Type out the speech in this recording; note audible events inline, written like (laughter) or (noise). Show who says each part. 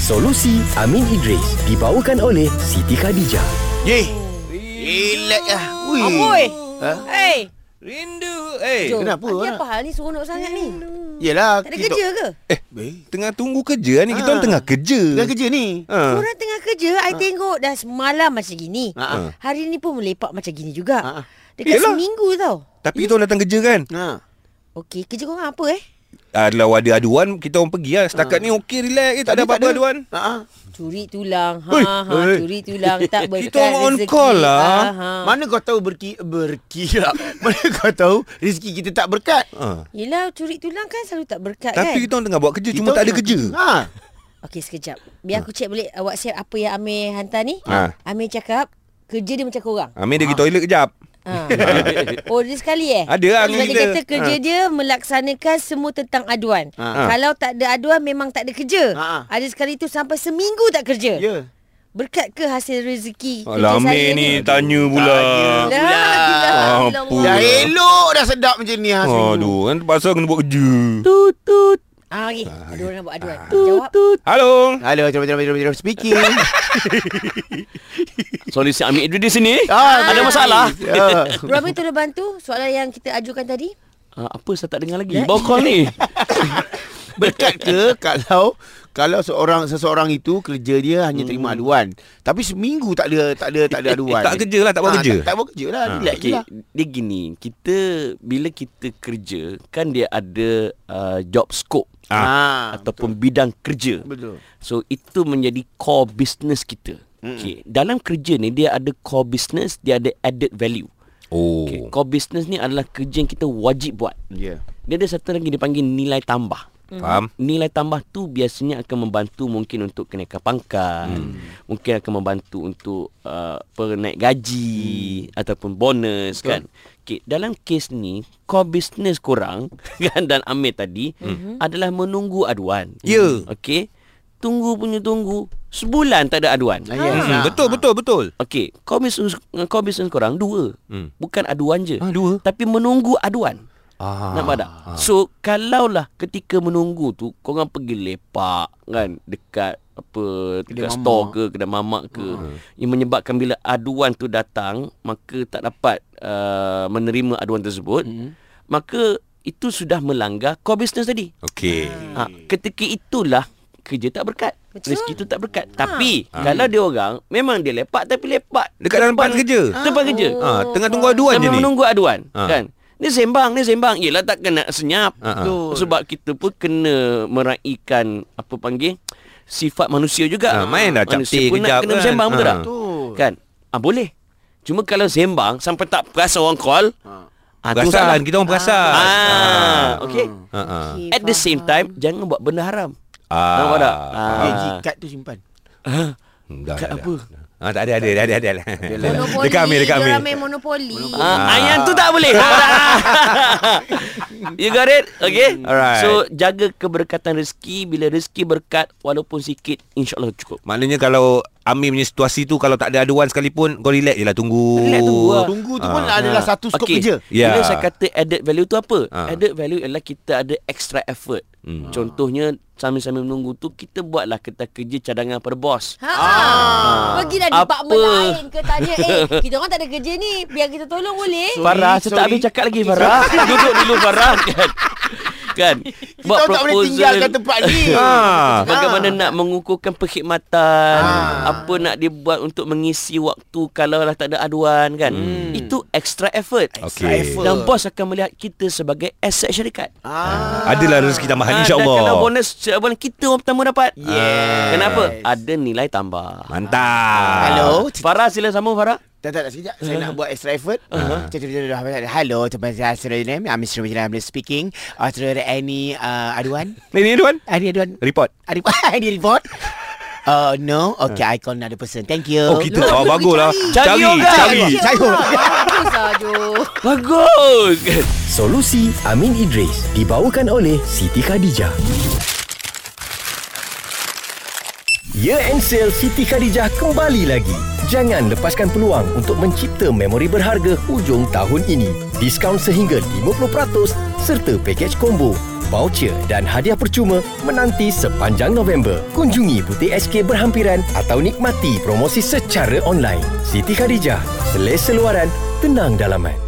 Speaker 1: Solusi Amin Idris dibawakan oleh Siti Khadijah.
Speaker 2: Ye. Relax lah. Ui.
Speaker 3: Amboi.
Speaker 2: Ha?
Speaker 3: Hey.
Speaker 4: Rindu. Eh,
Speaker 3: Jom.
Speaker 2: kenapa,
Speaker 3: Ni
Speaker 2: Wan?
Speaker 3: apa hal ni seronok sangat ni?
Speaker 2: Yelah.
Speaker 3: Tak ada kerja ke?
Speaker 4: eh tengah tunggu kerja ni. Kita
Speaker 2: Ha.
Speaker 4: orang Ah. tengah kerja.
Speaker 2: Dah kerja ni.
Speaker 4: Ha.
Speaker 3: Korang tengah kerja, I
Speaker 4: Ah.
Speaker 3: tengok dah semalam macam gini.
Speaker 2: Ha.
Speaker 3: Hari ni pun melepak macam gini juga.
Speaker 2: Ha.
Speaker 3: Dekat
Speaker 4: Ah, Yelah.
Speaker 3: seminggu tau.
Speaker 4: Tapi kita orang datang kerja kan.
Speaker 2: Ha.
Speaker 3: Okey, kerja korang apa eh?
Speaker 4: Ah, Kalau ada aduan, kita orang pergi lah. Setakat ni okey, relax. Eh, tak ada
Speaker 2: Tadi
Speaker 4: apa-apa aduan.
Speaker 2: Ha. ha.
Speaker 3: Curi tulang. Ha
Speaker 4: Oi.
Speaker 3: ha,
Speaker 4: Oi.
Speaker 3: curi tulang tak berkat
Speaker 4: (laughs) Kita orang on
Speaker 3: rezeki.
Speaker 4: call lah.
Speaker 3: Ha, ha.
Speaker 2: Mana kau tahu berki berkilap? (laughs) Mana kau tahu rezeki kita tak berkat?
Speaker 4: Ha.
Speaker 3: Yelah, curi tulang kan selalu tak berkat kan?
Speaker 4: Tapi Eh, kita orang tengah buat kerja. Cuma tak ada kerja.
Speaker 2: Ha.
Speaker 3: Okey, sekejap. Biar aku check balik uh, WhatsApp apa yang Amir hantar ni.
Speaker 4: Ha.
Speaker 3: Amir cakap, kerja dia macam korang.
Speaker 4: Amin dia pergi toilet kejap.
Speaker 3: Ha. Oh dia sekali eh
Speaker 4: Ada lah
Speaker 3: Sebab dia
Speaker 4: kerja kita.
Speaker 3: kata kerja
Speaker 4: Ha.
Speaker 3: dia Melaksanakan semua tentang aduan
Speaker 2: Ha.
Speaker 3: Kalau tak ada aduan Memang tak ada kerja
Speaker 2: Ha.
Speaker 3: Ada sekali tu sampai seminggu tak kerja
Speaker 2: Ya.
Speaker 3: Berkat ke hasil rezeki
Speaker 4: Alah,
Speaker 3: kerja saya
Speaker 4: Amin ni tanya pula.
Speaker 2: Tanya.
Speaker 3: Lah, la
Speaker 4: Apa?
Speaker 3: ilallah.
Speaker 2: Dah elok dah sedap macam ni ha. seminggu.
Speaker 4: Aduh, kan terpaksa kena buat kerja.
Speaker 3: Tut tut Ah, okay. Ada orang nak buat aduan Jawab
Speaker 4: Halo.
Speaker 2: Halo, cuba cuba cuba cuba speaking.
Speaker 3: (laughs)
Speaker 5: Solusi Amir Idris Eh, di sini.
Speaker 2: Ah,
Speaker 5: Ada
Speaker 4: (laughs)
Speaker 5: masalah?
Speaker 2: Ya.
Speaker 3: Bro Amin tolong bantu Soalan yang kita ajukan tadi
Speaker 5: Ha, apa saya tak dengar lagi? Bawa call (laughs) ni.
Speaker 2: Berkat ke
Speaker 4: (laughs)
Speaker 2: kalau kalau seorang seseorang itu kerja dia hanya terima aduan. Tapi seminggu tak ada tak ada tak ada aduan.
Speaker 4: Hmm. Tak kerja lah, tak buat
Speaker 2: Ah,
Speaker 4: kerja.
Speaker 2: Tak, tak buat kerja lah,
Speaker 4: Ah,
Speaker 2: relax je
Speaker 5: Okey,
Speaker 2: lah.
Speaker 5: dia gini, kita bila kita kerja kan dia ada uh, job scope
Speaker 4: Ah,
Speaker 5: ataupun bidang kerja.
Speaker 2: betul.
Speaker 5: So itu menjadi core business kita. Okey, dalam kerja ni dia ada core business, dia ada added value.
Speaker 4: Oh.
Speaker 5: Okay, core business ni adalah kerja yang kita wajib buat.
Speaker 2: Ya. Yeah.
Speaker 5: Dia ada satu lagi dipanggil nilai tambah.
Speaker 4: Faham?
Speaker 5: nilai tambah tu biasanya akan membantu mungkin untuk kenaikan pangkat hmm. mungkin akan membantu untuk uh, apa, naik gaji hmm. ataupun bonus Betul. kan okay, dalam kes ni core business korang (laughs) kan dan Amir tadi hmm. adalah menunggu aduan
Speaker 4: Ya.
Speaker 5: okey tunggu punya tunggu sebulan tak ada aduan
Speaker 2: yes, ah.
Speaker 4: Hmm, Betul, betul, betul.
Speaker 5: okey core business core business korang dua
Speaker 4: Hmm.
Speaker 5: bukan aduan je
Speaker 4: Ah, dua.
Speaker 5: tapi menunggu aduan
Speaker 4: Ah.
Speaker 5: Nampak tak? So kalaulah ketika menunggu tu korang pergi lepak kan dekat apa dekat
Speaker 2: mamak.
Speaker 5: store ke kedai mamak ke
Speaker 4: Ah.
Speaker 5: yang menyebabkan bila aduan tu datang maka tak dapat uh, menerima aduan tersebut
Speaker 4: Hmm.
Speaker 5: maka itu sudah melanggar core business tadi.
Speaker 4: Okey.
Speaker 5: Ha, ketika itulah kerja tak berkat.
Speaker 3: Betul.
Speaker 5: Rezeki tu tak berkat. Tapi kalau dia orang memang dia lepak tapi
Speaker 4: Ah.
Speaker 5: lepak
Speaker 4: Dekat dalam tempat kerja.
Speaker 5: Tempat kerja.
Speaker 4: Ah, tengah tunggu aduan je
Speaker 5: Sambil
Speaker 4: ni.
Speaker 5: menunggu aduan
Speaker 4: Ha.
Speaker 5: kan. Ni sembang, ni sembang. Yelah tak kena senyap.
Speaker 4: Ha, ha.
Speaker 2: Betul.
Speaker 5: Sebab kita pun kena meraikan apa panggil sifat manusia
Speaker 4: Ha,
Speaker 5: juga.
Speaker 4: main dah
Speaker 5: manusia
Speaker 4: captik
Speaker 5: pun
Speaker 4: kejap
Speaker 5: nak kena
Speaker 4: kan.
Speaker 5: bersembang betul
Speaker 4: Ha.
Speaker 5: tak?
Speaker 2: Betul.
Speaker 5: Kan? Ah boleh. Cuma kalau sembang sampai tak perasa orang call,
Speaker 2: Ha.
Speaker 5: ah tu salah.
Speaker 4: Perasan, kita Ha. orang perasan.
Speaker 5: Ah, okey.
Speaker 4: Ha. Ha.
Speaker 3: Okey,
Speaker 5: At the
Speaker 3: faham.
Speaker 5: same time jangan buat benda haram.
Speaker 4: Ah.
Speaker 5: Nampak tak?
Speaker 2: Ah.
Speaker 5: Ah.
Speaker 2: Gaji kad tu simpan.
Speaker 4: Hmm, Dah, dah, dah.
Speaker 5: Kat apa?
Speaker 4: Ah, tak ada, ada, ada, ada. ada.
Speaker 3: Monopoli
Speaker 4: Dekat Amir, dekat Amir.
Speaker 3: Diorang main monopoli
Speaker 5: Ah, ah. Yang tu tak
Speaker 4: (laughs)
Speaker 5: boleh (laughs) You got it Okay
Speaker 4: Mm, Alright.
Speaker 5: So jaga keberkatan rezeki Bila rezeki berkat Walaupun sikit InsyaAllah cukup
Speaker 4: Maknanya kalau Amir punya situasi tu Kalau tak ada aduan sekalipun Kau relax je lah Tunggu
Speaker 5: Relax, tunggu lah.
Speaker 2: Tunggu tu pun adalah
Speaker 5: Ah.
Speaker 2: satu skop
Speaker 5: Okey.
Speaker 2: kerja.
Speaker 4: Ya.
Speaker 5: Bila saya kata added value tu apa?
Speaker 4: Ah. Mm.
Speaker 5: Added value ialah kita ada extra effort Contohnya Sambil-sambil menunggu tu Kita buatlah kertas kerja cadangan pada bos
Speaker 3: Ha. Ah. Pergilah
Speaker 5: Apa?
Speaker 3: department lain ke tanya Eh kita orang tak ada kerja ni Biar kita tolong boleh
Speaker 2: So- Sorry,
Speaker 5: Farah Saya tak
Speaker 2: sorry.
Speaker 5: habis cakap lagi Farah (laughs) Duduk dulu Farah Kan Kan Ha.
Speaker 2: Kita orang tak boleh tinggalkan tempat
Speaker 5: (laughs)
Speaker 2: ni. Ha.
Speaker 4: Ah.
Speaker 5: Bagaimana nak mengukuhkan perkhidmatan Apa nak dia buat untuk mengisi waktu Kalau lah tak ada aduan kan Itu extra effort
Speaker 4: Okey.
Speaker 2: effort.
Speaker 5: Dan bos akan melihat kita sebagai aset syarikat
Speaker 2: Ah.
Speaker 4: Adalah rezeki tambahan
Speaker 5: Ah,
Speaker 4: InsyaAllah
Speaker 5: Dan kalau bonus setiap bulan kita orang pertama dapat
Speaker 2: Yes.
Speaker 5: Kenapa? Ada nilai tambah
Speaker 4: Mantap
Speaker 2: Hello.
Speaker 5: Farah sila sambung Farah
Speaker 2: Tak tak tak sekejap Saya
Speaker 4: Ah.
Speaker 2: nak buat extra effort Ah. Cakap-cakap Hello Teman saya Surah Name I'm Mr. Mujina I'm speaking Uh, Surah any uh, Aduan
Speaker 4: Ni ni aduan
Speaker 2: Any aduan
Speaker 4: Report
Speaker 2: (laughs) Any any report Uh, no Okay I call another person Thank you
Speaker 4: Oh kita
Speaker 3: Lu-
Speaker 4: Oh
Speaker 3: lu
Speaker 4: bagus lah
Speaker 3: pergi
Speaker 5: cari.
Speaker 4: Cari
Speaker 5: Cari orang.
Speaker 4: Cari
Speaker 2: Eh, saya
Speaker 3: Bagus lah Jom
Speaker 5: Bagus
Speaker 1: Solusi Amin Idris dibawakan oleh Siti Khadijah. Year End Ya Sale Siti Khadijah kembali lagi. Jangan lepaskan peluang untuk mencipta memori berharga hujung tahun ini. Diskaun sehingga 50% serta pakej combo. voucher dan hadiah percuma menanti sepanjang November. Kunjungi butik SK berhampiran atau nikmati promosi secara online. Siti Khadijah, selesa luaran, tenang dalaman.